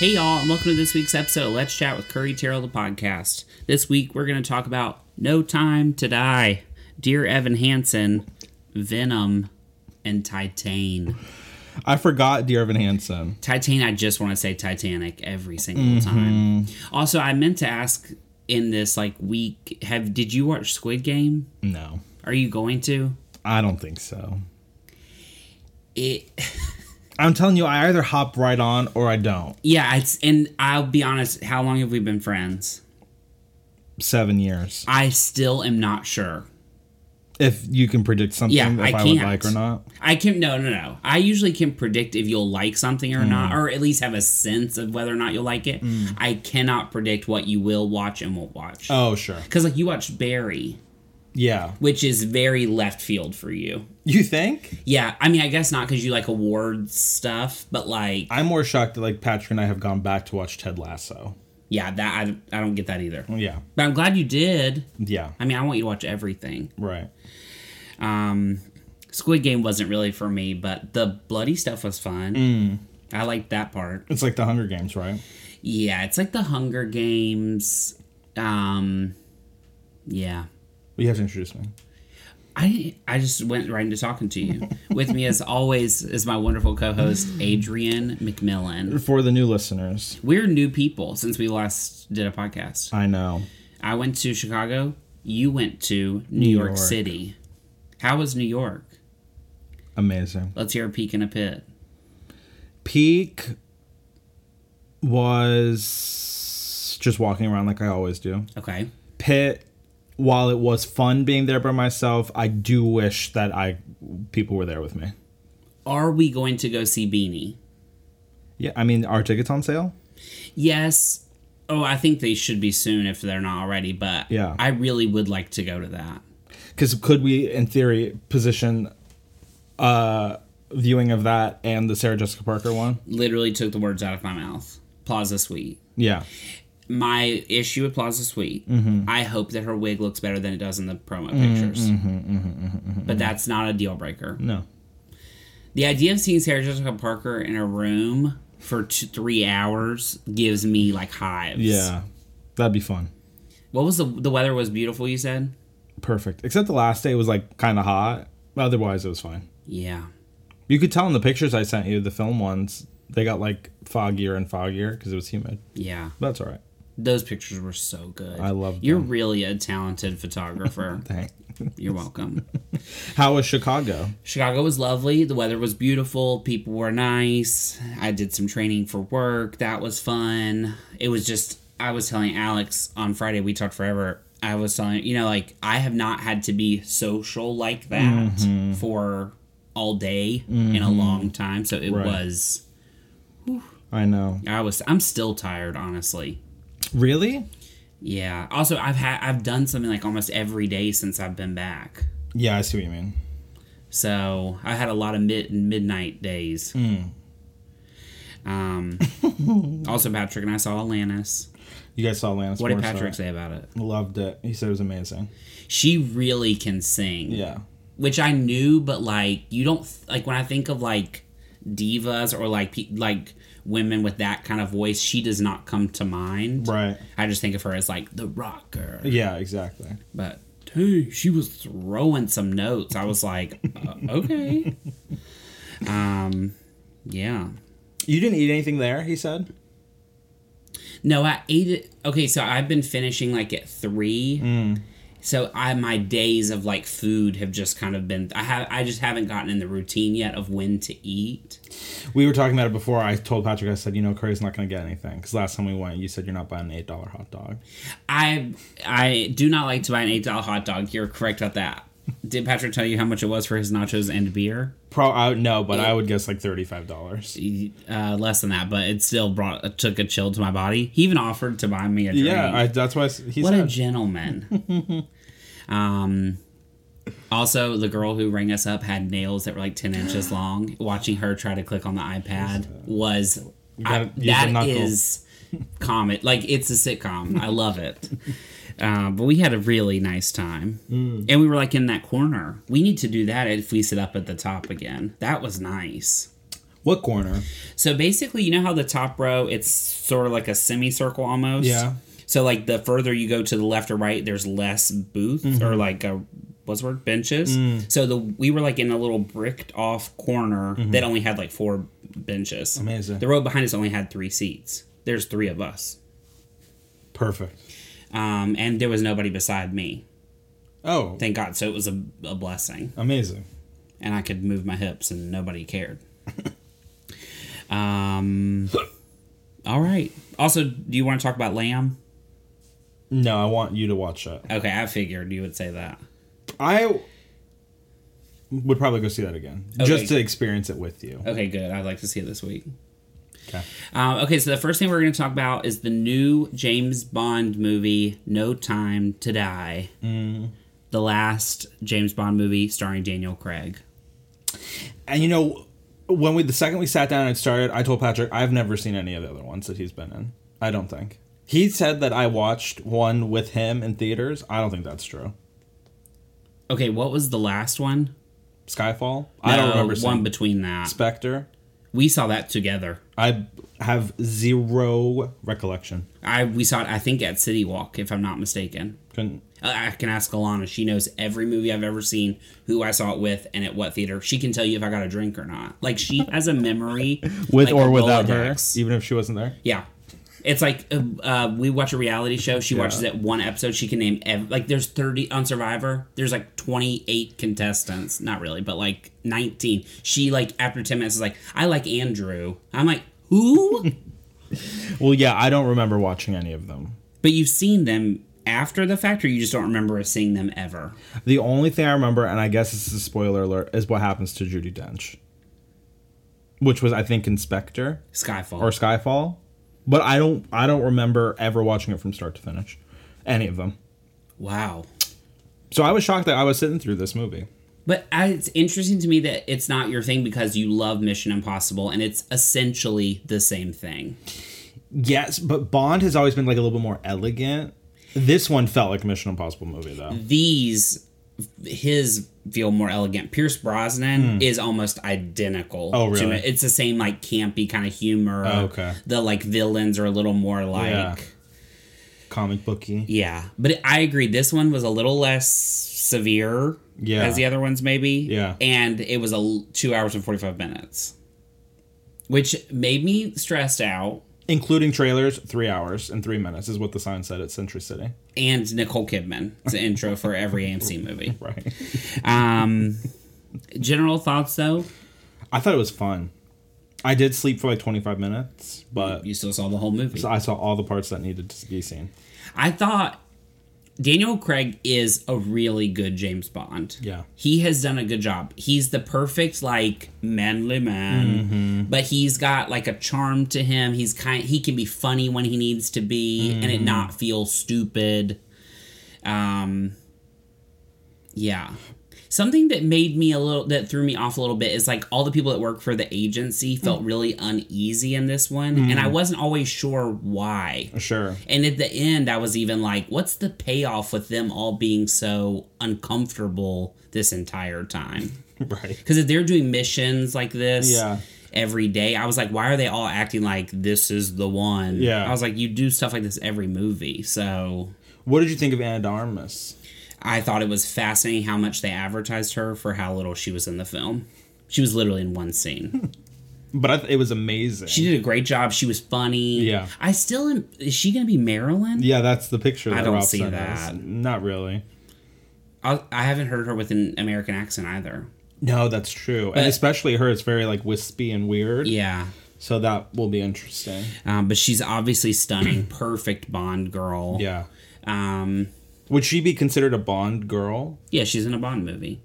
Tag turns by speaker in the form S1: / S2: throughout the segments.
S1: Hey, y'all, and welcome to this week's episode of Let's Chat with Curry Terrell, the podcast. This week, we're going to talk about No Time to Die, Dear Evan Hansen, Venom, and Titan.
S2: I forgot Dear Evan Hansen.
S1: Titan, I just want to say Titanic every single time. Also, I meant to ask in this like week have did you watch Squid Game?
S2: No,
S1: Are you going to?
S2: I don't think so.
S1: It
S2: I'm telling you, I either hop right on or I don't.
S1: yeah, it's and I'll be honest, how long have we been friends?
S2: Seven years.
S1: I still am not sure.
S2: If you can predict something,
S1: Yeah,
S2: if
S1: I
S2: I, would
S1: can't.
S2: like or not.
S1: I can no no no. I usually can predict if you'll like something or not, or at least have a sense of whether or not you'll like it. I cannot predict what you will watch and won't watch.
S2: Oh, sure.
S1: Because like you watched Barry,
S2: Yeah.
S1: which is very left field for you.
S2: You think?
S1: Yeah, I mean I guess not because you like award stuff, but like
S2: I'm more shocked that like Patrick and I have gone back to watch Ted Lasso.
S1: yeah, that I, I don't get that either.
S2: Yeah.
S1: But I'm glad you did.
S2: Yeah.
S1: I mean I want you to watch everything.
S2: Right.
S1: Um, Squid Game wasn't really for me, but the bloody stuff was fun. I liked that part.
S2: It's like the Hunger Games, right?
S1: Yeah, it's like the Hunger Games. Um, yeah.
S2: You have to introduce me.
S1: I I just went right into talking to you. With me, as always, is my wonderful co-host Adrian McMillan.
S2: For the new listeners,
S1: We're new people since we last did a podcast.
S2: I know.
S1: I went to Chicago. You went to New, York,
S2: York.
S1: City. How was New York?
S2: Amazing.
S1: Let's hear a peek in a pit.
S2: Peak was just walking around like I always do.
S1: Okay.
S2: pit while it was fun being there by myself i do wish that i people were there with me
S1: Are we going to go see Beanie?
S2: yeah i mean are tickets on sale
S1: Yes. Oh, I think they should be soon if they're not already, but
S2: Yeah.
S1: I really would like to go to that.
S2: because could we in theory position uh viewing of that and the sarah jessica parker one
S1: Literally took the words out of my mouth. Plaza Suite.
S2: yeah
S1: My issue with Plaza Suite,
S2: Mm-hmm.
S1: I hope that her wig looks better than it does in the promo pictures.
S2: Mm-hmm,
S1: But that's not a deal breaker.
S2: no
S1: The idea of seeing Sarah Jessica Parker in a room for two, three hours gives me like hives.
S2: yeah that'd be fun
S1: What was the the weather was beautiful? You said.
S2: perfect except the last day was like kind of hot otherwise it was fine
S1: Yeah.
S2: you could tell in the pictures i sent you the film ones they got like foggier and foggier because it was humid
S1: Yeah.
S2: that's all right
S1: Those pictures were so good.
S2: I loved
S1: You're
S2: them.
S1: really a talented photographer.
S2: Dang.
S1: You're welcome.
S2: how was chicago
S1: Chicago was lovely. The weather was beautiful. People were nice. I did some training for work. That was fun. It was just, I was telling Alex on Friday, we talked forever. I was telling, you know, like, I have not had to be social like that
S2: Mm-hmm.
S1: for all day in a long time. So it
S2: Right.
S1: was,
S2: i know
S1: I was, I'm still tired, honestly.
S2: Really?
S1: Yeah. Also, I've had, I've done something like almost every day since I've been back.
S2: Yeah, I see what you mean.
S1: So I had a lot of mid midnight days.
S2: Hmm.
S1: Um, also, Patrick and I saw Alanis.
S2: You guys saw Lance.
S1: What did Patrick say about it?
S2: Loved it. He said it was amazing.
S1: She really can sing.
S2: Yeah.
S1: Which I knew, but like you don't like when I think of like divas or like pe- like women with that kind of voice, she does not come to mind.
S2: Right.
S1: I just think of her as like the rocker.
S2: Yeah, exactly.
S1: But dude, she was throwing some notes. I was like, uh, okay. um, yeah.
S2: You didn't eat anything there, he said?
S1: No, I ate it. Okay, so I've been finishing like at three. So I my days of like food have just kind of been. I have I just haven't gotten in the routine yet of when to eat.
S2: We were talking about it before. I told Patrick, I said, you know, Curry's not going to get anything. Because last time we went, you said you're not buying an $8 hot dog.
S1: I I do not like to buy an eight dollar hot dog. You're correct about that. Did Patrick tell you how much it was for his nachos and beer?
S2: Pro, I, no, but I would guess like $35.
S1: Uh, less than that, but it still brought took a chill to my body. He even offered to buy me a drink.
S2: Yeah, I, that's why I s- he
S1: What a
S2: said.
S1: gentleman. um, also, the girl who rang us up had nails that were like 10 inches long. Watching her try to click on the iPad was. I,
S2: gotta use a
S1: that
S2: knuckle.
S1: is comic. Like, it's a sitcom. I love it. Uh, but we had a really nice time.
S2: Mm.
S1: And we were like in that corner. We need to do that if we sit up at the top again. That was nice.
S2: What corner?
S1: So basically, you know how the top row it's sort of like a semicircle almost.
S2: Yeah.
S1: So like the further you go to the left or right, there's less booths
S2: Mm-hmm.
S1: or like a what's the word benches.
S2: Mm.
S1: So the we were like in a little bricked off corner that only had like four benches.
S2: Mm-hmm. Amazing.
S1: The row behind us only had three seats. There's three of us,
S2: Perfect.
S1: um, and there was nobody beside me.
S2: Oh,
S1: Thank God. So it was a, a blessing.
S2: amazing.
S1: and I could move my hips and nobody cared. um, all right. Also, do you want to talk about lamb?
S2: No, I want you to watch that.
S1: Okay, I figured you would say that.
S2: I would probably go see that again
S1: Okay.
S2: just to experience it with you.
S1: Okay, good. I'd like to see it this week.
S2: Okay.
S1: Um, okay, so the first thing we're going to talk about is the new James Bond movie, No Time to Die.
S2: Mm.
S1: The last James Bond movie starring Daniel Craig.
S2: And you know, when we the second we sat down and started, I told Patrick I've never seen any of the other ones that he's been in. I don't think he said that I watched one with him in theaters. I don't think that's true.
S1: Okay, what was the last one?
S2: Skyfall. I don't
S1: No,
S2: remember
S1: one
S2: seeing
S1: between that.
S2: Spectre.
S1: we saw that together.
S2: I have zero recollection.
S1: I we saw it. I think at City Walk, if I'm not mistaken.
S2: Couldn't.
S1: Uh, I I can ask Alana. She knows every movie I've ever seen, who I saw it with, and at what theater. She can tell you if I got a drink or not. Like she has a memory
S2: With
S1: like
S2: or
S1: a
S2: without
S1: Rolodex.
S2: her, even if she wasn't there.
S1: Yeah, it's like uh, uh, we watch a reality show. She watches it one episode. She can name ev- like there's thirty on Survivor. There's like twenty eight contestants. Not really, but like nineteen. She like after ten minutes is like, I like Andrew. I'm like who?
S2: Well, yeah, I don't remember watching any of them.
S1: but you've seen them after the fact, or you just don't remember seeing them ever.
S2: The only thing I remember, and I guess this is a spoiler alert, is what happens to Judy Dench, which was I think Inspector
S1: Skyfall.
S2: or Skyfall, but I don't I don't remember ever watching it from start to finish, any of them.
S1: wow.
S2: So I was shocked that I was sitting through this movie.
S1: But I, it's interesting to me that it's not your thing because you love Mission Impossible and it's essentially the same thing.
S2: Yes, but Bond has always been like a little bit more elegant. This one felt like a Mission Impossible movie though.
S1: Mm. These, his feel more elegant. Pierce Brosnan is almost identical.
S2: Hmm. Oh,
S1: to
S2: really? Oh,
S1: it. It's the same like campy kind of humor.
S2: okay.
S1: The like villains are a little more like.
S2: Yeah.
S1: Yeah.
S2: Comic booky.
S1: But I agree. This one was a little less severe
S2: Yeah.
S1: as the other ones, maybe.
S2: Yeah.
S1: And it was a l- two hours and 45 minutes, which made me stressed out.
S2: Including trailers, three hours and three minutes is what the sign said at Century City.
S1: and Nicole Kidman. It's an intro for every AMC movie.
S2: Right.
S1: Um, general thoughts though,
S2: I thought it was fun. I did sleep for like 25 minutes, but
S1: you still saw the whole movie.
S2: I saw all the parts that needed to be seen.
S1: I thought Daniel Craig is a really good James Bond.
S2: Yeah.
S1: He has done a good job. He's the perfect like manly man, but he's got like a charm to him. He's kind he can be funny when he needs to be and it not feel stupid. Um yeah. Something that made me a little that threw me off a little bit is like all the people that work for the agency felt really uneasy in this one and I wasn't always sure why.
S2: Sure.
S1: And at the end, I was even like, what's the payoff with them all being so uncomfortable this entire time?
S2: Right.
S1: Because if they're doing missions like this
S2: Yeah.
S1: every day, I was like, why are they all acting like this is the one?
S2: Yeah.
S1: I was like, you do stuff like this every movie. So
S2: What did you think of Anna de Armas?
S1: I thought it was fascinating how much they advertised her for how little she was in the film. She was literally in one scene.
S2: But I th- it was amazing.
S1: She did a great job. She was funny.
S2: Yeah.
S1: I still am. Is she going to be Marilyn?
S2: yeah, that's the picture. That
S1: don't
S2: Rob
S1: see
S2: sent
S1: that.
S2: us. Not really.
S1: I, I haven't heard her with an American accent either.
S2: No, that's true.
S1: But-
S2: and especially her, it's very like wispy and weird.
S1: Yeah.
S2: So that will be interesting.
S1: Um, but she's obviously stunning, perfect Bond girl.
S2: Yeah.
S1: Um,
S2: Would she be considered a Bond girl,
S1: yeah, she's in a Bond movie,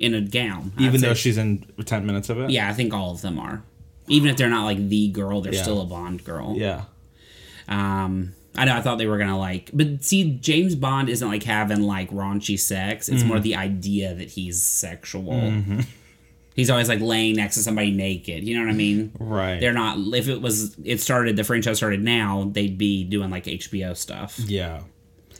S1: in a gown. I'd
S2: even
S1: say-
S2: though she's in 10 minutes of it?
S1: yeah, I think all of them are. Even if they're not like the girl, they're still a Bond girl.
S2: Yeah.
S1: Um, I know. I thought they were gonna like, but see, James Bond isn't like having like raunchy sex.
S2: Mm-hmm.
S1: It's more the idea that he's sexual. He's always like laying next to somebody naked. You know what I mean?
S2: Right.
S1: They're not. If it was, it started the franchise started now, they'd be doing like HBO stuff.
S2: yeah.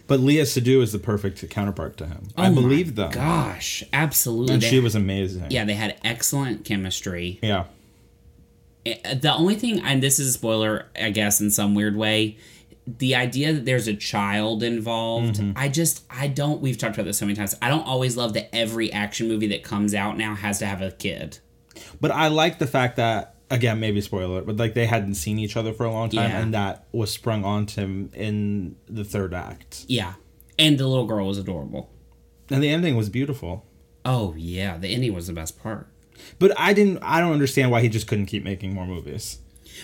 S2: But Leah Sadu is the perfect counterpart to him. I
S1: Oh my
S2: believe them.
S1: Gosh, absolutely.
S2: And
S1: They-
S2: she was amazing.
S1: yeah, they had excellent chemistry.
S2: Yeah.
S1: it- the only thing, and this is a spoiler, I guess, in some weird way, the idea that there's a child involved, I just, I don't, we've talked about this so many times. I don't always love that every action movie that comes out now has to have a kid.
S2: But I like the fact that again, maybe spoiler, but like they hadn't seen each other for a long time,
S1: Yeah.
S2: and that was sprung onto him in the third act.
S1: Yeah. And the little girl was adorable.
S2: And the ending was beautiful.
S1: Oh, yeah. The ending was the best part.
S2: But I didn't. I don't understand why he just couldn't keep making more movies.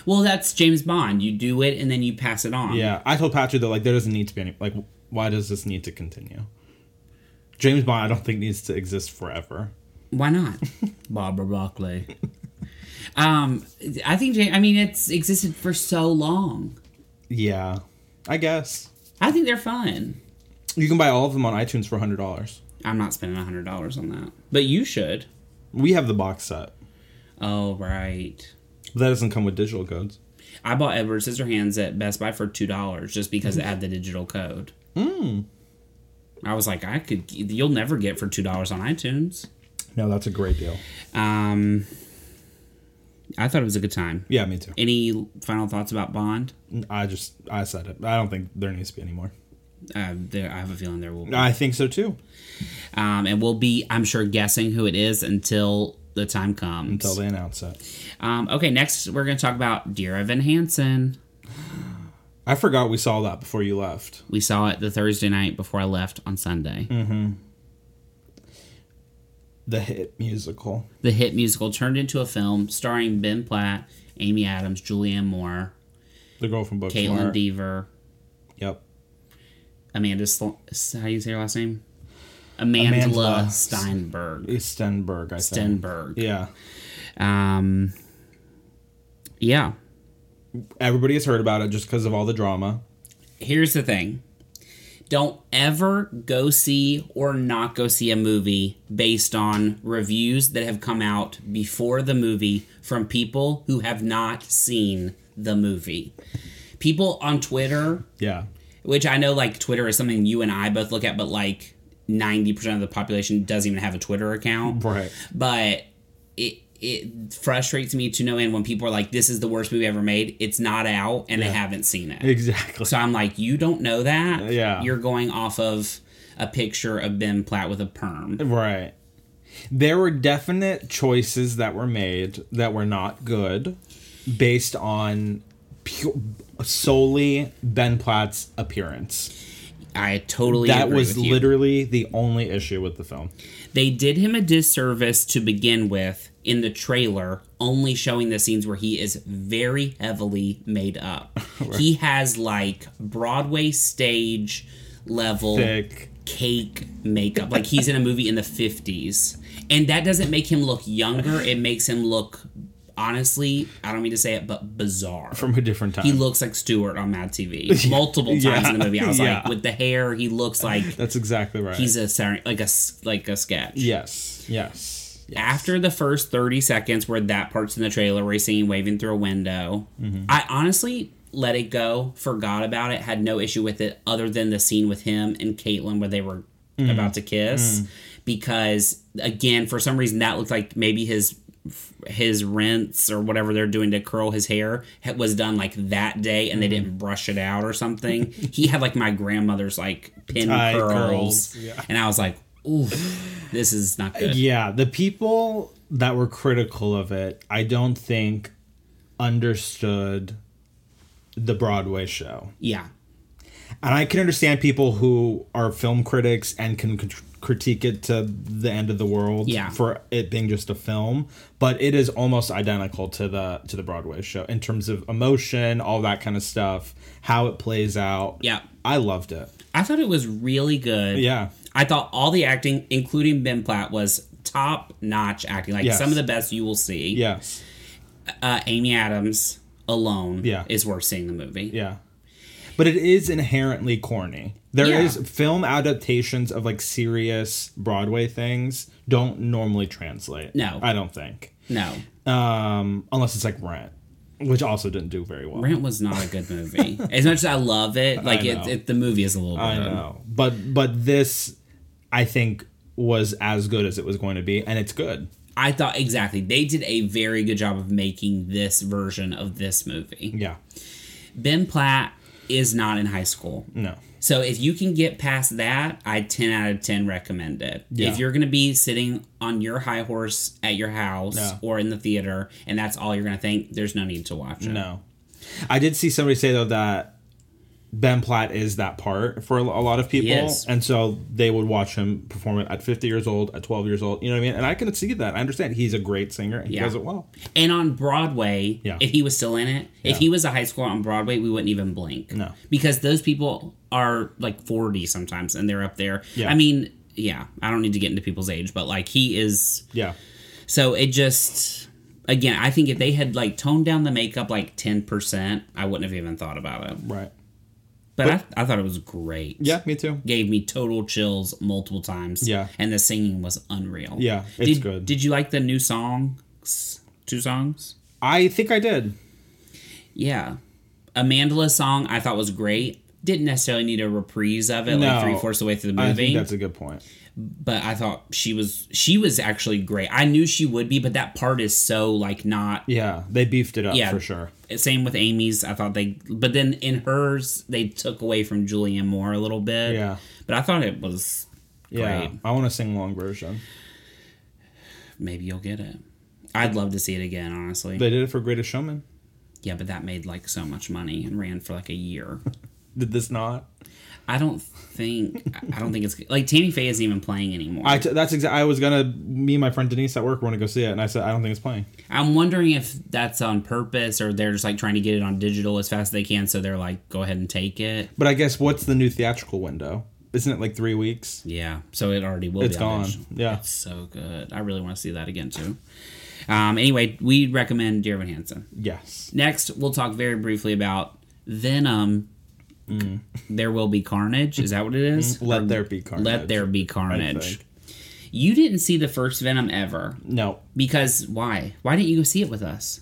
S1: Well, that's James Bond. You do it and then you pass it on.
S2: Yeah, I told Patrick that like there doesn't need to be any like why does this need to continue? James Bond, I don't think needs to exist forever.
S1: Why not? Barbara Buckley. um, I think, Ja- I mean, it's existed for so long.
S2: Yeah, I guess
S1: I think they're fun.
S2: you can buy all of them on iTunes for hundred dollars.
S1: I'm not spending hundred dollars on that, but you should.
S2: We have the box set.
S1: Oh right,
S2: But that doesn't come with digital codes.
S1: I bought Edward Scissorhands at Best Buy for two dollars just because it had the digital code. Hmm. I was like, I could. You'll never get for two dollars on iTunes.
S2: No, that's a great deal.
S1: Um, I thought it was a good time.
S2: Yeah, me too.
S1: Any final thoughts about Bond?
S2: I just I said it. I don't think there needs to be any more.
S1: Uh, there, I have a feeling there will. Be.
S2: I think so too.
S1: Um, and we'll be, I'm sure, guessing who it is until the time comes.
S2: Until they announce it.
S1: um, okay, next we're going to talk about Dear Evan Hansen.
S2: I forgot we saw that before you left.
S1: We saw it the Thursday night before I left on Sunday.
S2: Hmm. The hit musical.
S1: The hit musical turned into a film starring Ben Platt, Amy Adams, Julianne Moore,
S2: The girl from
S1: Caitlin
S2: Booksmart.
S1: Deaver,
S2: Yep.
S1: Amanda. Sl- how do you say her last name? Amanda,
S2: Amanda.
S1: Steinberg.
S2: Stenberg, I think.
S1: Steinberg.
S2: Yeah.
S1: Um. Yeah.
S2: Everybody has heard about it just because of all the drama.
S1: Here's the thing. Don't ever go see or not go see a movie based on reviews that have come out before the movie from people who have not seen the movie. People on Twitter,
S2: Yeah.
S1: which I know like Twitter is something you and I both look at, but like 90% of the population doesn't even have a Twitter account
S2: Right.
S1: but it it frustrates me to no end when people are like, "This is the worst movie ever made. It's not out, and they haven't seen it."
S2: Exactly.
S1: So I'm like, "You don't know that.
S2: Uh, Yeah.
S1: you're going off of a picture of Ben Platt with a perm.
S2: Right. There were definite choices that were made that were not good based on pu solely Ben Platt's appearance.
S1: I totally
S2: That
S1: agree
S2: was
S1: with you.
S2: literally the only issue with the film.
S1: they did him a disservice to begin with in the trailer, only showing the scenes where he is very heavily made up. He has like Broadway stage level
S2: Thick.
S1: cake makeup. Like he's in a movie in the 50s. And that doesn't make him look younger. It makes him look, honestly, I don't mean to say it, but bizarre.
S2: From a different time.
S1: he looks like Stewart on Mad TV multiple times
S2: Yeah.
S1: in the movie. I was like,
S2: Yeah.
S1: with the hair, he looks like
S2: That's exactly right.
S1: he's a sar- like a s- like a sketch.
S2: yes. Yes. Yeah.
S1: After the first thirty seconds, where that part's in the trailer, where he's singing "Waving Through a Window,"
S2: Mm-hmm.
S1: I honestly let it go, forgot about it, had no issue with it, other than the scene with him and Caitlyn where they were
S2: Mm.
S1: about to kiss, because again, for some reason, that looked like maybe his his rinse or whatever they're doing to curl his hair ha- was done like that day and they
S2: Mm-hmm.
S1: didn't brush it out or something. he had like my grandmother's like pin
S2: Tie
S1: curls,
S2: curls, yeah.
S1: and I was like, "Ooh, this is not good."
S2: Yeah, the people that were critical of it, I don't think understood the Broadway show.
S1: Yeah.
S2: And I can understand people who are film critics and can cr- critique it to the end of the world
S1: Yeah.
S2: for it being just a film, but it is almost identical to the to the Broadway show in terms of emotion, all that kind of stuff, how it plays out.
S1: Yeah.
S2: I loved it.
S1: I thought it was really good.
S2: Yeah.
S1: I thought all the acting, including Ben Platt, was top notch acting. Like
S2: Yes.
S1: some of the best you will see.
S2: Yes.
S1: Uh, Amy Adams alone
S2: Yeah.
S1: is worth seeing the movie.
S2: Yeah. But it is inherently corny. There
S1: Yeah.
S2: is film adaptations of like serious Broadway things don't normally translate.
S1: No.
S2: I don't think.
S1: No.
S2: Um, unless it's like Rent, which also didn't do very well.
S1: Rent was not a good movie. as much as I love it, like it,
S2: know.
S1: it, the movie is a little
S2: I
S1: better.
S2: know. But but this I think was as good as it was going to be and it's good.
S1: I thought exactly they did a very good job of making this version of this movie.
S2: Yeah.
S1: Ben Platt is not in high school.
S2: No.
S1: So if you can get past that, I 10 out of 10 recommend it.
S2: Yeah.
S1: If you're going to be sitting on your high horse at your house
S2: Yeah.
S1: or in the theater and that's all you're going to think, there's no need to watch it.
S2: No. I did see somebody say though that Ben Platt is that part for a a lot of people,
S1: is.
S2: and so they would watch him perform it at 50 years old, at 12 years old. You know what I mean? And I can see that. I understand he's a great singer and he
S1: Yeah.
S2: does it well.
S1: And on Broadway,
S2: Yeah.
S1: if he was still in it, if
S2: Yeah.
S1: he was a high schooler on Broadway, we wouldn't even blink.
S2: No.
S1: Because those people are like 40 sometimes and they're up there.
S2: Yeah.
S1: I mean, yeah, I don't need to get into people's age, but like he is.
S2: Yeah,
S1: So it just. Again, I think if they had like toned down the makeup like 10%, I wouldn't have even thought about it.
S2: right.
S1: But, I, I thought it was great.
S2: Yeah, me too.
S1: Gave me total chills multiple times.
S2: Yeah.
S1: And the singing was unreal.
S2: Yeah, it's
S1: did,
S2: good.
S1: Did you like the new songs? Two songs?
S2: I think I did.
S1: Yeah. A Mandala song I thought was great. Didn't necessarily need a reprise of it
S2: No.
S1: like three fourths of the way through the
S2: I
S1: movie.
S2: think that's a good point.
S1: but I thought she was she was actually great. I knew she would be, but that part is so like not
S2: Yeah, they beefed it up
S1: Yeah.
S2: for sure.
S1: same with Amy's. I thought they but then in hers they took away from Julianne Moore a little bit.
S2: Yeah.
S1: But I thought it was
S2: Yeah,
S1: Great.
S2: I want to sing long version.
S1: maybe you'll get it. I'd love to see it again, honestly.
S2: They did it for Greatest Showman.
S1: yeah, but that made like so much money and ran for like a year.
S2: Did this not?
S1: I don't think I don't think it's like Tammy Faye isn't even playing anymore.
S2: I t- that's exactly. I was gonna. Me and my friend Denise at work were gonna go see it, and I said I don't think it's playing.
S1: I'm wondering if that's on purpose or they're just like trying to get it on digital as fast as they can. So they're like, go ahead and take it.
S2: But I guess what's the new theatrical window? Isn't it like three weeks?
S1: Yeah. So it already will
S2: It's
S1: be on
S2: gone.
S1: digital.
S2: Yeah.
S1: It's so good. I really want to see that again too. Um, anyway, we recommend Dear Evan Hansen.
S2: Yes.
S1: Next, we'll talk very briefly about Venom. There will be carnage. Is that what it is?
S2: Mm. Let
S1: Or
S2: there be carnage.
S1: Let there be carnage.
S2: think.
S1: You didn't see the first Venom ever
S2: No.
S1: because why? Why didn't you go see it with us?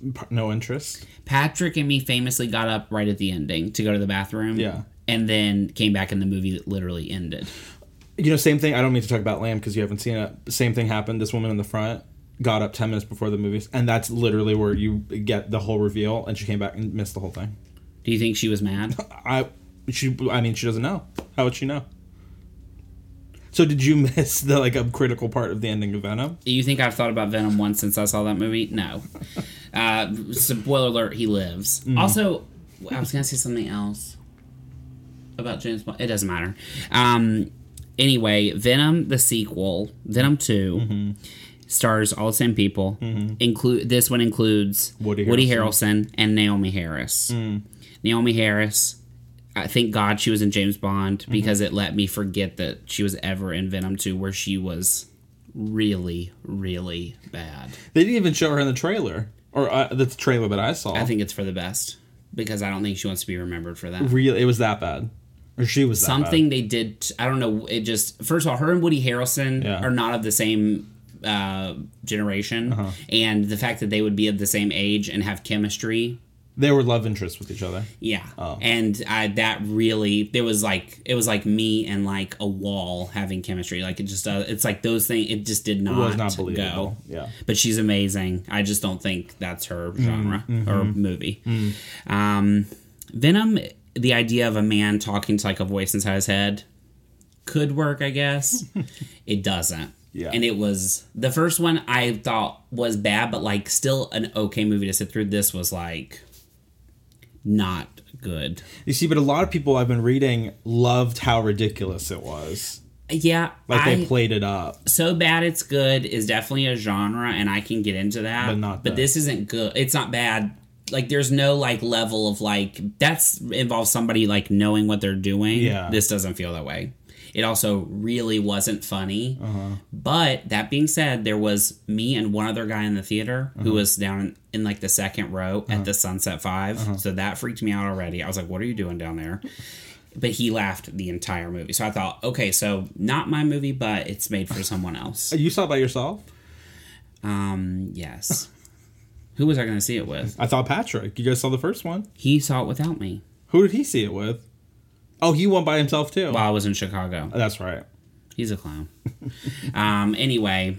S2: P- No interest.
S1: Patrick and me famously got up right at the ending to go to the bathroom.
S2: Yeah.
S1: And then came back and the movie that literally ended.
S2: You know, same thing. I don't mean to talk about Lamb because you haven't seen it. Same thing happened. This woman in the front got up ten minutes before the movies, and that's literally where you get the whole reveal. And she came back and missed the whole thing.
S1: Do you think she was mad?
S2: I she. I mean, she doesn't know. How would she know? So did you miss the like a critical part of the ending of Venom?
S1: Do you think I've thought about Venom once since I saw that movie? No. Uh, spoiler alert, he lives. Also, I was going to say something else about James Bond. It doesn't matter. Um, anyway, Venom, the sequel, Venom 2, stars all the same people. Include This one includes
S2: Woody
S1: Harrelson and Naomi Harris. Naomi Harris. I thank God she was in James Bond because it let me forget that she was ever in Venom 2 where she was really, really bad.
S2: They didn't even show her in the trailer or uh, the trailer that I saw.
S1: I think it's for the best because I don't think she wants to be remembered for that.
S2: real. It was that bad, or she was that bad.
S1: Something they did, t- I don't know, it just, first of all, her and Woody Harrelson
S2: Yeah.
S1: are not of the same uh, generation.
S2: Uh-huh.
S1: And the fact that they would be of the same age and have chemistry.
S2: They were love interests with each other.
S1: Yeah,
S2: Oh.
S1: and I, that really there was like it was like me and like a wall having chemistry. Like it just uh, it's like those things. It just did not,
S2: was not
S1: go.
S2: believable. Yeah.
S1: but she's amazing. I just don't think that's her
S2: Mm-hmm.
S1: genre or movie.
S2: Mm.
S1: Um, Venom, the idea of a man talking to like a voice inside his head could work, I guess. it doesn't.
S2: Yeah.
S1: And it was the first one I thought was bad, but like still an okay movie to sit through. This was like not good.
S2: You see, but a lot of people I've been reading loved how ridiculous it was.
S1: Yeah.
S2: Like
S1: I,
S2: they played it up.
S1: so bad it's good is definitely a genre and I can get into that.
S2: But not
S1: But
S2: that.
S1: this isn't good. It's not bad. Like there's no like level of like that's involves somebody like knowing what they're doing.
S2: Yeah.
S1: This doesn't feel that way. It also really wasn't funny.
S2: Uh-huh.
S1: But that being said, there was me and one other guy in the theater
S2: Uh-huh.
S1: who was down in, in like the second row at the Sunset 5
S2: Uh-huh.
S1: So that freaked me out already. I was like, what are you doing down there? But he laughed the entire movie. So I thought, okay, so not my movie, but it's made for someone else.
S2: You saw it by yourself?
S1: Um, yes. Who was I going to see it with?
S2: I thought Patrick. You guys saw the first one.
S1: He saw it without me
S2: Who did he see it with? Oh, he went by himself too.
S1: while I was in Chicago.
S2: That's right.
S1: He's a clown. um, anyway,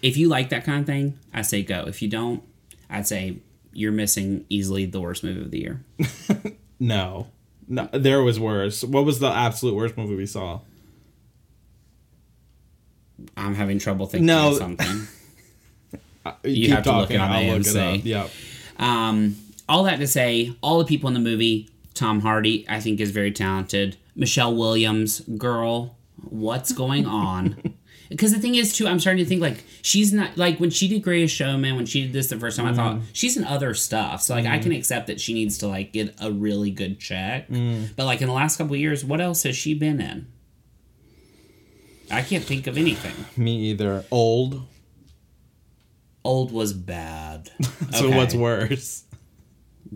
S1: if you like that kind of thing, I say go. If you don't, I'd say you're missing easily the worst movie of the year.
S2: No. No, there was worse. What was the absolute worst movie we saw?
S1: I'm having trouble thinking
S2: No.
S1: of something.
S2: You,
S1: have to look it up, I am saying.
S2: Yeah.
S1: Um, all that to say, all the people in the movie, Tom Hardy, I think is very talented. Michelle Williams, girl, what's going on? Because the thing is, too, I'm starting to think like she's not like when she did Greatest Showman, when she did this the first time, I
S2: Mm.
S1: thought she's in other stuff. So like I can accept that she needs to like get a really good check.
S2: Mm.
S1: But like in the last couple of years, what else has she been in? I can't think of anything.
S2: Me either. Old.
S1: Old was bad.
S2: So
S1: Okay.
S2: what's worse?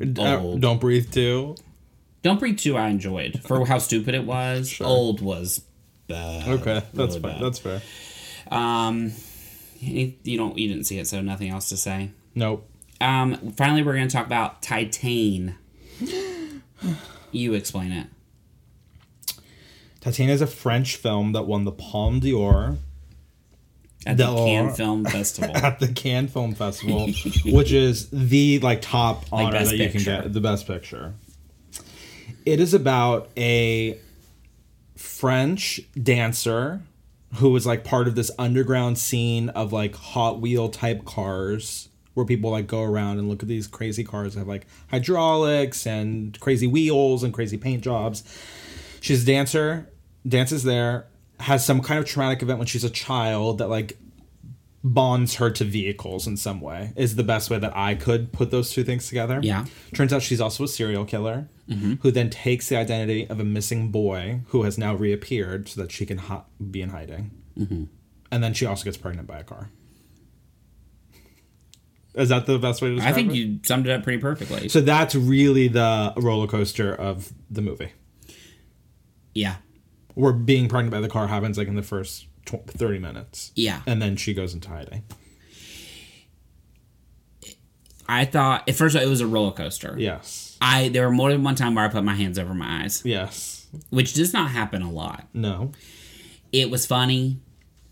S2: Uh,
S1: Old.
S2: Don't breathe too.
S1: Don't Breathe 2 I enjoyed for how stupid it was. Old was bad.
S2: Okay, that's
S1: Really
S2: fine.
S1: bad.
S2: That's fair.
S1: Um you you don't you didn't see it so nothing else to say.
S2: Nope.
S1: Um finally we're going to talk about Titan. you explain it.
S2: Tatiana is a French film that won the Palme d'Or
S1: At the,
S2: The-
S1: Cannes Film Festival.
S2: at the Cannes Film Festival, which is the like top honor
S1: Best
S2: that you
S1: Picture.
S2: can get, the best picture. It is about a French dancer who was like part of this underground scene of like Hot Wheel type cars where people like go around and look at these crazy cars that have like hydraulics and crazy wheels and crazy paint jobs. She's a dancer, dances there, has some kind of traumatic event when she's a child that like bonds her to vehicles in some way is the best way that I could put those two things together.
S1: Yeah. Mm-hmm.
S2: Turns out she's also a serial killer who then takes the identity of a missing boy who has now reappeared so that she can hi- be in hiding.
S1: Mm-hmm.
S2: And then she also gets pregnant by a car. Is that the best way to
S1: I
S2: describe
S1: think
S2: it?
S1: you summed it up pretty perfectly.
S2: so that's really the roller coaster of the movie.
S1: yeah.
S2: Where being pregnant by the car happens like in the first tw- 30 minutes.
S1: Yeah.
S2: And then she goes into hiding.
S1: I thought at first it was a roller coaster.
S2: Yes.
S1: I there were more than one time where I put my hands over my eyes,
S2: Yes.
S1: which does not happen a lot.
S2: No.
S1: it was funny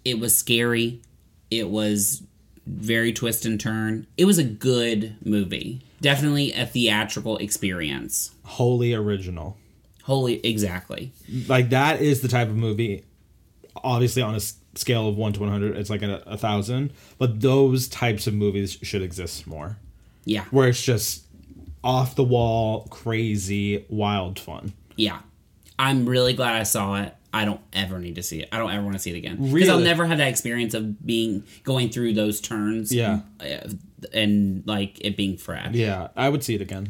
S1: it was scary it was very twist and turn it was a good movie definitely a theatrical experience
S2: wholly original.
S1: holy exactly
S2: Like that is the type of movie. Obviously, on a s- scale of one to one hundred, it's like a, a thousand. But those types of movies should exist more,
S1: yeah
S2: where it's just off the wall, crazy, wild fun.
S1: yeah i'm really glad i saw it i don't ever need to see it i don't ever want to see it again because i'll
S2: Really?
S1: never have that experience of being going through those turns
S2: Yeah.
S1: uh, and like it being fresh
S2: Yeah, I would see it again.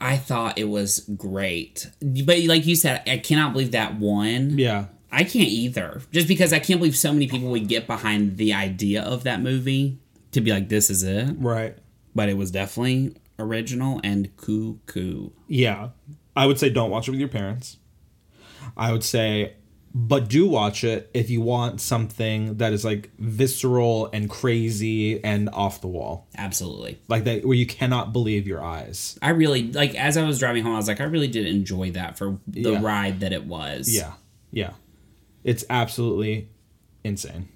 S1: i thought it was great but like you said i cannot believe that one
S2: Yeah,
S1: I can't either. Just because I can't believe so many people would get behind the idea of that movie to be like, this is it.
S2: right.
S1: But it was definitely original and cuckoo.
S2: Yeah, I would say don't watch it with your parents. I would say, but do watch it if you want something that is like visceral and crazy and off the wall,
S1: Absolutely.
S2: like that where you cannot believe your eyes.
S1: I really, like, as I was driving home, I was like, I really did enjoy that for the
S2: Yeah.
S1: ride that it was.
S2: Yeah. Yeah. It's absolutely insane.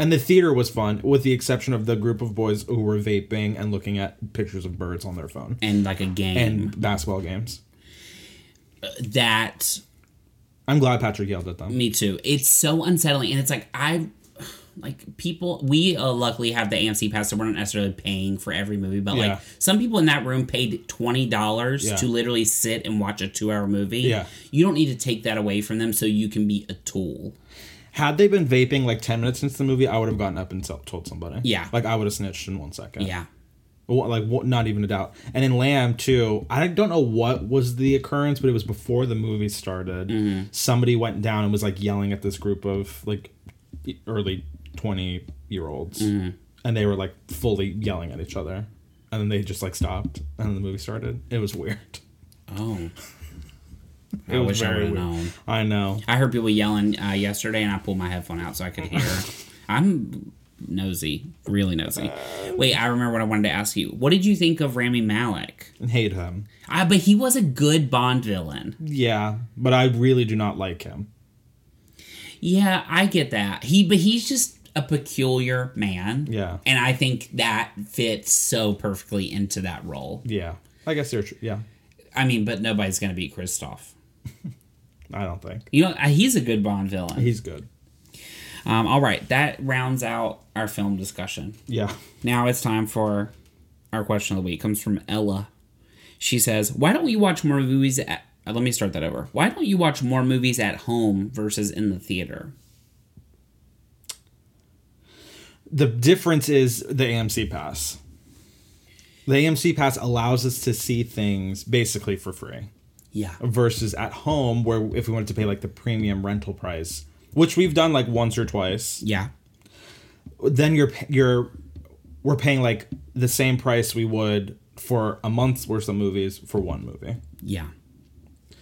S2: And the theater was fun, with the exception of the group of boys who were vaping and looking at pictures of birds on their phone
S1: And like a game
S2: and basketball games.
S1: that
S2: I'm glad Patrick yelled at them.
S1: Me too. It's so unsettling, and it's like I, like people. We uh, luckily have the AMC pass, so we're not necessarily paying for every movie. But
S2: Yeah.
S1: like some people in that room paid twenty dollars
S2: Yeah.
S1: to literally sit and watch a two-hour movie.
S2: Yeah.
S1: you don't need to take that away from them, so you can be a tool.
S2: Had they been vaping like 10 minutes into the movie, I would have gotten up and tell- told somebody.
S1: Yeah.
S2: Like I would have snitched in one second.
S1: Yeah,
S2: Wha- Like wha- not even a doubt. And in Lamb, too, I don't know what was the occurrence, but it was before the movie started.
S1: Mm-hmm.
S2: Somebody went down and was like yelling at this group of like e, early 20 year olds
S1: Mm-hmm.
S2: and they were like fully yelling at each other and then they just like stopped and then the movie started it was weird
S1: Oh,
S2: it
S1: I
S2: was
S1: wish I
S2: very
S1: would have
S2: weird
S1: known.
S2: i know
S1: I heard people yelling uh, yesterday, and I pulled my headphone out so I could hear. I'm nosy, really nosy. Wait, I remember what I wanted to ask you. What did you think of Rami Malek?
S2: and hate him
S1: I, but he was a good Bond villain.
S2: yeah but i really do not like him
S1: Yeah, I get that. He, but he's just a peculiar man.
S2: Yeah.
S1: And I think that fits so perfectly into that role.
S2: Yeah. I guess they're true. Yeah.
S1: I mean, but nobody's going to beat Kristoff.
S2: I don't think.
S1: You know, uh, he's a good Bond villain.
S2: He's good.
S1: Um, all right, that rounds out our film discussion.
S2: Yeah.
S1: Now it's time for our question of the week. Comes from Ella. She says, "Why don't you watch more movies at uh, Let me start that over. Why don't you watch more movies at home versus in the theater?"
S2: The difference is the AMC pass. The AMC pass allows us to see things basically for free
S1: Yeah.
S2: versus at home where if we wanted to pay like the premium rental price, which we've done like once or twice,
S1: Yeah.
S2: then you're pa- you're we're paying like the same price we would for a month's worth of movies for one movie.
S1: Yeah.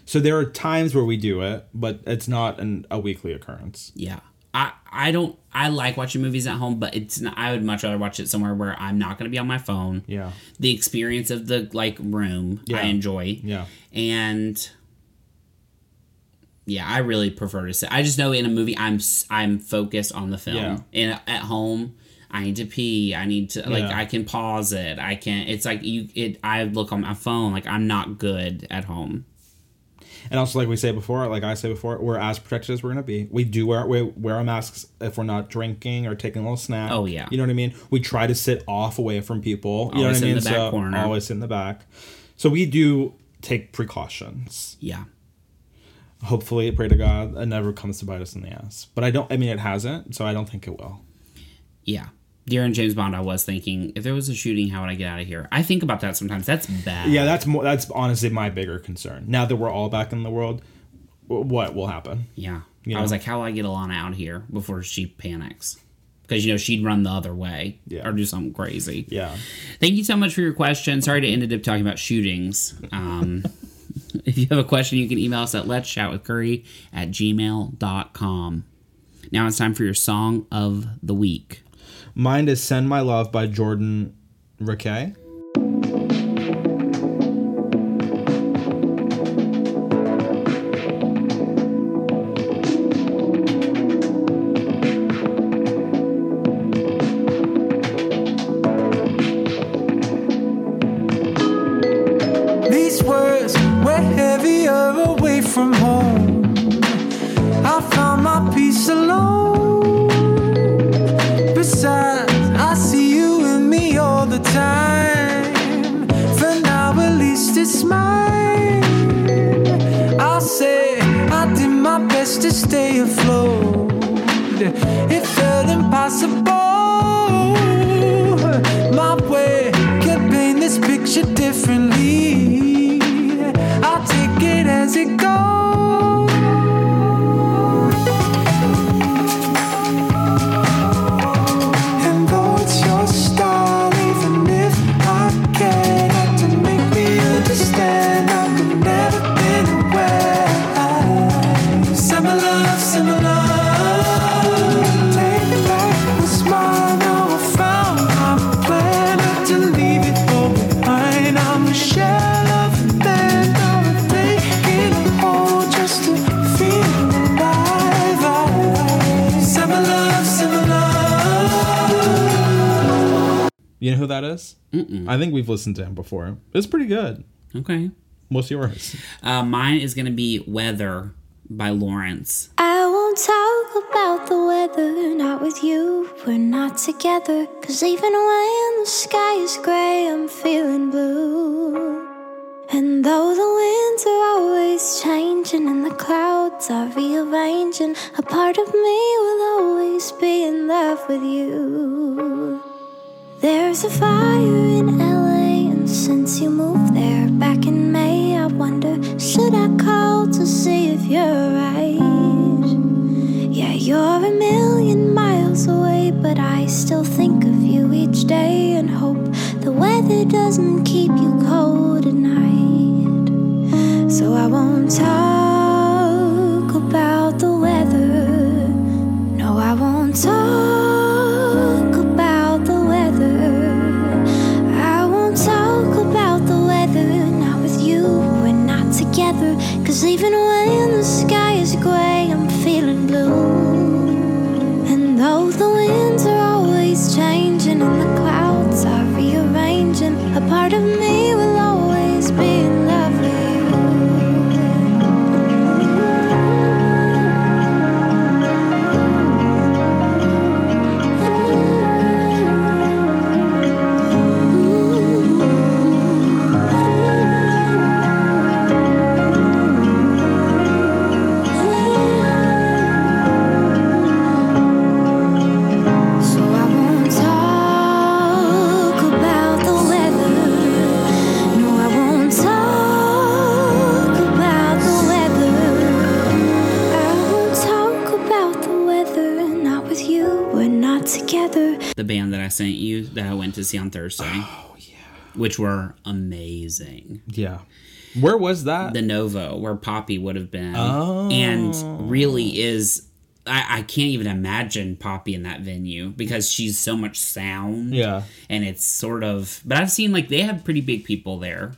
S2: So there are times where we do it, but it's not an, a weekly occurrence.
S1: Yeah. I I don't I like watching movies at home, but it's not, I would much rather watch it somewhere where I'm not going to be on my phone.
S2: Yeah.
S1: The experience of the like room
S2: Yeah.
S1: I enjoy.
S2: Yeah.
S1: and yeah, I really prefer to sit. I just know in a movie I'm s- I'm focused on the film.
S2: Yeah.
S1: And at home, I need to pee. I need to like
S2: Yeah.
S1: I can pause it. I can. It's like you. It. I look on my phone. Like I'm not good at home.
S2: And also, like we say before, like I say before, we're as protected as we're gonna be. We do wear we wear our masks if we're not drinking or taking a little snack.
S1: Oh, yeah.
S2: you know what I mean. We try to sit off away from people. You
S1: Always
S2: know what I
S1: sit in
S2: mean.
S1: the back
S2: so
S1: corner.
S2: always sit in the back. So we do take precautions.
S1: Yeah.
S2: Hopefully, pray to God it never comes to bite us in the ass. But I don't. I mean, it hasn't, so I don't think it will.
S1: Yeah. During James Bond, I was thinking if there was a shooting, how would I get out of here? I think about that sometimes. That's bad.
S2: Yeah, that's more. That's honestly my bigger concern. Now that we're all back in the world, w- what will happen?
S1: Yeah.
S2: You
S1: I was
S2: know?
S1: like, how will I get Alana out here before she panics? Because, you know, she'd run the other way
S2: Yeah.
S1: or do something crazy.
S2: Yeah,
S1: Thank you so much for your question. Sorry to ended up talking about shootings. Um, if you have a question, you can email us at let's shout with curry at gmail.com. Now it's time for your song of the week.
S2: mine is "Send My Love" by Jordan Riquet.
S3: These words were heavier away from home. I found my peace alone. Besides, I see you in me all the time. For now, at least it's mine. I'll say I did my best to stay afloat. It felt impossible. My way can paint this picture differently. I'll take it as it goes. And though it's your style, even if I can't have to make me understand, I could never been aware. Similar, similar. Take back the smile, now I found my plan. Not to leave it all behind. I'm a shell of then. Now I'm taking a hold just to feel alive. Similar, similar.
S2: You know who that is? I think we've listened to him before. It's pretty good.
S1: Okay.
S2: What's yours?
S1: Uh, mine is going to be Weather by Lawrence.
S4: I won't talk about the weather, not with you. We're not together. Cause even when the sky is gray, I'm feeling blue. And though the winds are always changing and the clouds are rearranging, a part of me will always be in love with you. There's a fire in LA, and since you moved there back in May, I wonder should I call to see if you're alright? Yeah, you're a million miles away, but I still think of you each day and hope the weather doesn't keep you cold at night. So I won't talk about the weather. No, I won't talk about the weather. I won't talk about the weather. Not with you, we're not together. Cause even when the sky is gray, I'm feeling blue. And though the wind
S1: the band that I sent you that I went to see on Thursday. Oh yeah. Which were amazing.
S2: Yeah. Where was that?
S1: The Novo, where Poppy would have been. And really is I, I can't even imagine Poppy in that venue because she's so much sound.
S2: Yeah.
S1: And it's sort of but I've seen like they have pretty big people there.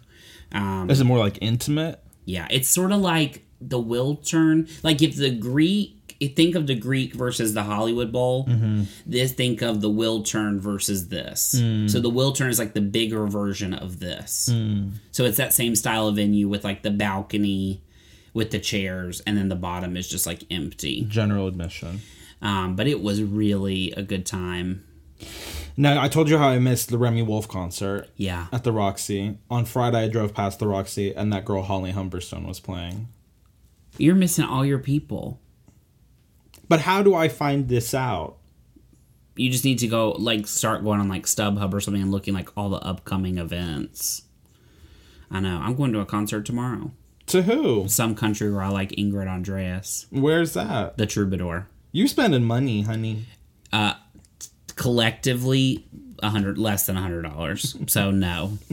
S1: Um
S2: Is it more like intimate?
S1: yeah, it's sort of like the will turn. Like if the Greek, think of the Greek versus the Hollywood Bowl. This think of the will turn versus this. So the will turn is like the bigger version of this. So it's that same style of venue with like the balcony, with the chairs, and then the bottom is just like empty.
S2: General admission.
S1: Um, but it was really a good time.
S2: Now I told you how I missed the Remy Wolf concert.
S1: Yeah.
S2: At the Roxy on Friday, I drove past the Roxy and that girl Holly Humberstone was playing.
S1: You're missing all your people.
S2: But how do I find this out?
S1: You just need to go like start going on like StubHub or something and looking like all the upcoming events. I know. I'm going to a concert tomorrow.
S2: To who?
S1: Some country where I like Ingrid Andreas,
S2: Where's that?
S1: the troubadour.
S2: You spending money, honey.
S1: Collectively, a hundred less than a hundred dollars. So no.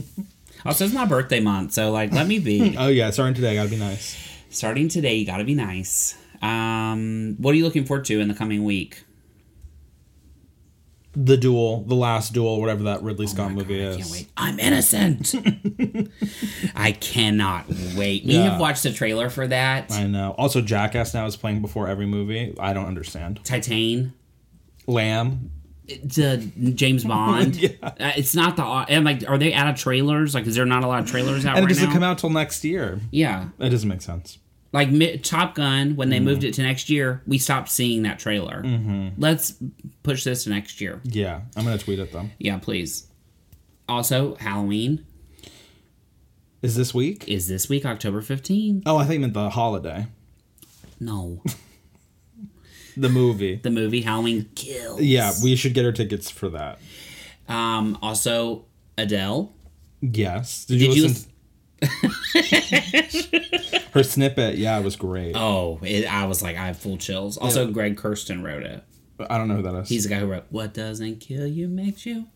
S1: Also, it's my birthday month, so like, let me be.
S2: Oh yeah, starting today. Gotta be nice.
S1: Starting today, you gotta be nice. Um, what are you looking forward to in the coming week?
S2: The duel, the last duel, whatever that Ridley Scott movie
S1: Oh I
S2: is.
S1: can't wait. I'm innocent. I cannot wait. We
S2: Yeah.
S1: have watched the trailer for that.
S2: I know. uh, Also, Jackass now is playing before every movie. I don't understand.
S1: Titan,
S2: Lamb.
S1: the James Bond. Uh, it's not the. And like, are they out of trailers? Like, is there not a lot of trailers out
S2: And it
S1: right
S2: doesn't
S1: now?
S2: come out till next year.
S1: Yeah,
S2: That doesn't make sense.
S1: like Mi- Top Gun when they
S2: Mm-hmm.
S1: moved it to next year, we stopped seeing that trailer. Let's push this to next year.
S2: Yeah, I'm gonna tweet at them.
S1: Yeah, please. Also, Halloween
S2: Is this week?
S1: is this week, October fifteenth.
S2: Oh, I think you meant the holiday,
S1: No,
S2: the movie.
S1: the movie Halloween kills.
S2: Yeah, we should get our tickets for that.
S1: Um. Also, Adele.
S2: Yes. Did,
S1: Did
S2: you
S1: you-
S2: listen? Her snippet, yeah, it was great.
S1: Oh, it, I was like, I have full chills. Also, Greg Kirsten wrote it.
S2: I don't know who that is.
S1: He's the guy who wrote "What Doesn't Kill You Makes You."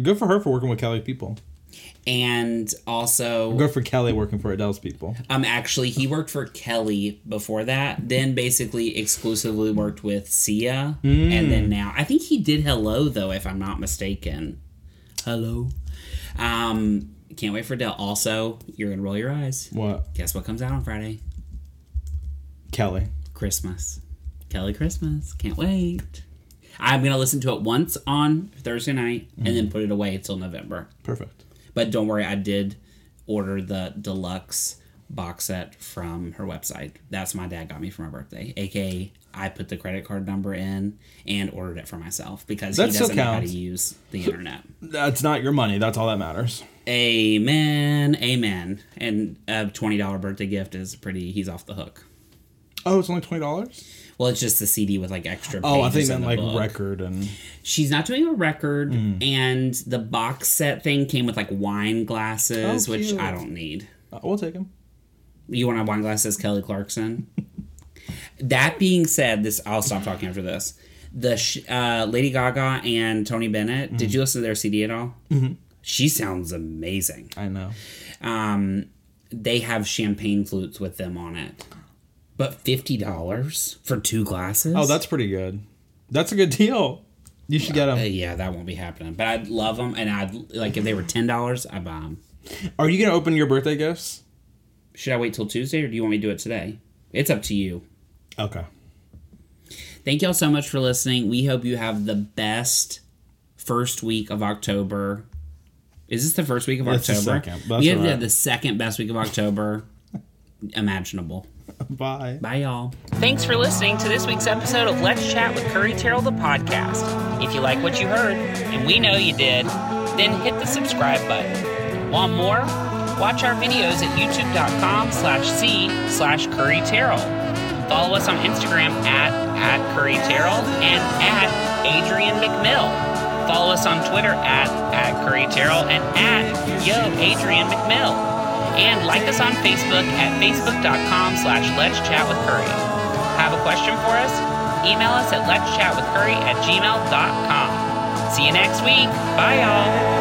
S2: Good for her for working with Kelly people.
S1: And also,
S2: Good for Kelly working for Adele's people.
S1: um, actually, he worked for Kelly before that. Then basically exclusively worked with Sia, and then now I think he did "Hello" though, if I'm not mistaken. Hello. Um, can't wait for Adele. Also, you're gonna roll your eyes.
S2: What?
S1: Guess what comes out on Friday?
S2: Kelly.
S1: Christmas. Kelly Christmas. Can't wait. I'm going to listen to it once on Thursday night and then put it away until November.
S2: Perfect.
S1: But don't worry, I did order the deluxe box set from her website. That's what my dad got me for my birthday. AKA, I put the credit card number in and ordered it for myself because
S2: That
S1: he
S2: still
S1: doesn't know how to
S2: counts.
S1: use the internet.
S2: That's not your money. That's all that matters.
S1: amen. Amen. And a $20 birthday gift is pretty, he's off the hook.
S2: Oh, it's only twenty dollars.
S1: Well, it's just the CD with like extra.
S2: Oh, I think
S1: pages
S2: that
S1: and the
S2: like Mm.
S1: book.
S2: record and
S1: she's not doing a record and the box set thing came with like wine glasses
S2: Oh,
S1: which
S2: cute.
S1: i don't need
S2: Uh, we'll take him.
S1: you want a wine glass as kelly clarkson that being said this i'll stop talking after this the sh- uh, lady gaga and tony bennett
S2: Mm-hmm.
S1: did you listen to their cd at all mm-hmm. she sounds amazing
S2: I know.
S1: um, they have champagne flutes with them on it but $50 for two glasses
S2: Oh, that's pretty good. That's a good deal. You should get
S1: Uh,
S2: him.
S1: yeah, that won't be happening. But I'd love them, and I'd like if they were ten dollars, I'd buy them.
S2: Are you gonna open your birthday gifts?
S1: Should I wait till Tuesday, or do you want me to do it today? It's up to you.
S2: Okay.
S1: Thank y'all so much for listening. We hope you have the best first week of October. Is this the first week of
S2: It's the
S1: October?
S2: second, but that's
S1: we have
S2: all right.
S1: the second best week of October imaginable.
S2: Bye.
S1: Bye, y'all.
S5: Thanks for listening to this week's episode of Let's Chat with Curry Terrell, the podcast. If you like what you heard, and we know you did, then hit the subscribe button. Want more? Watch our videos at youtube.com slash C slash Curry Terrell. Follow us on Instagram at, at Curry Terrell and at Adrian McMill. Follow us on Twitter at, at Curry Terrell and at Yo Adrian McMill. And like us on Facebook at facebook.com slash let's chat with Curry. Have a question for us?
S1: email us at let's chat with Curry at gmail.com. See you next week. Bye, y'all.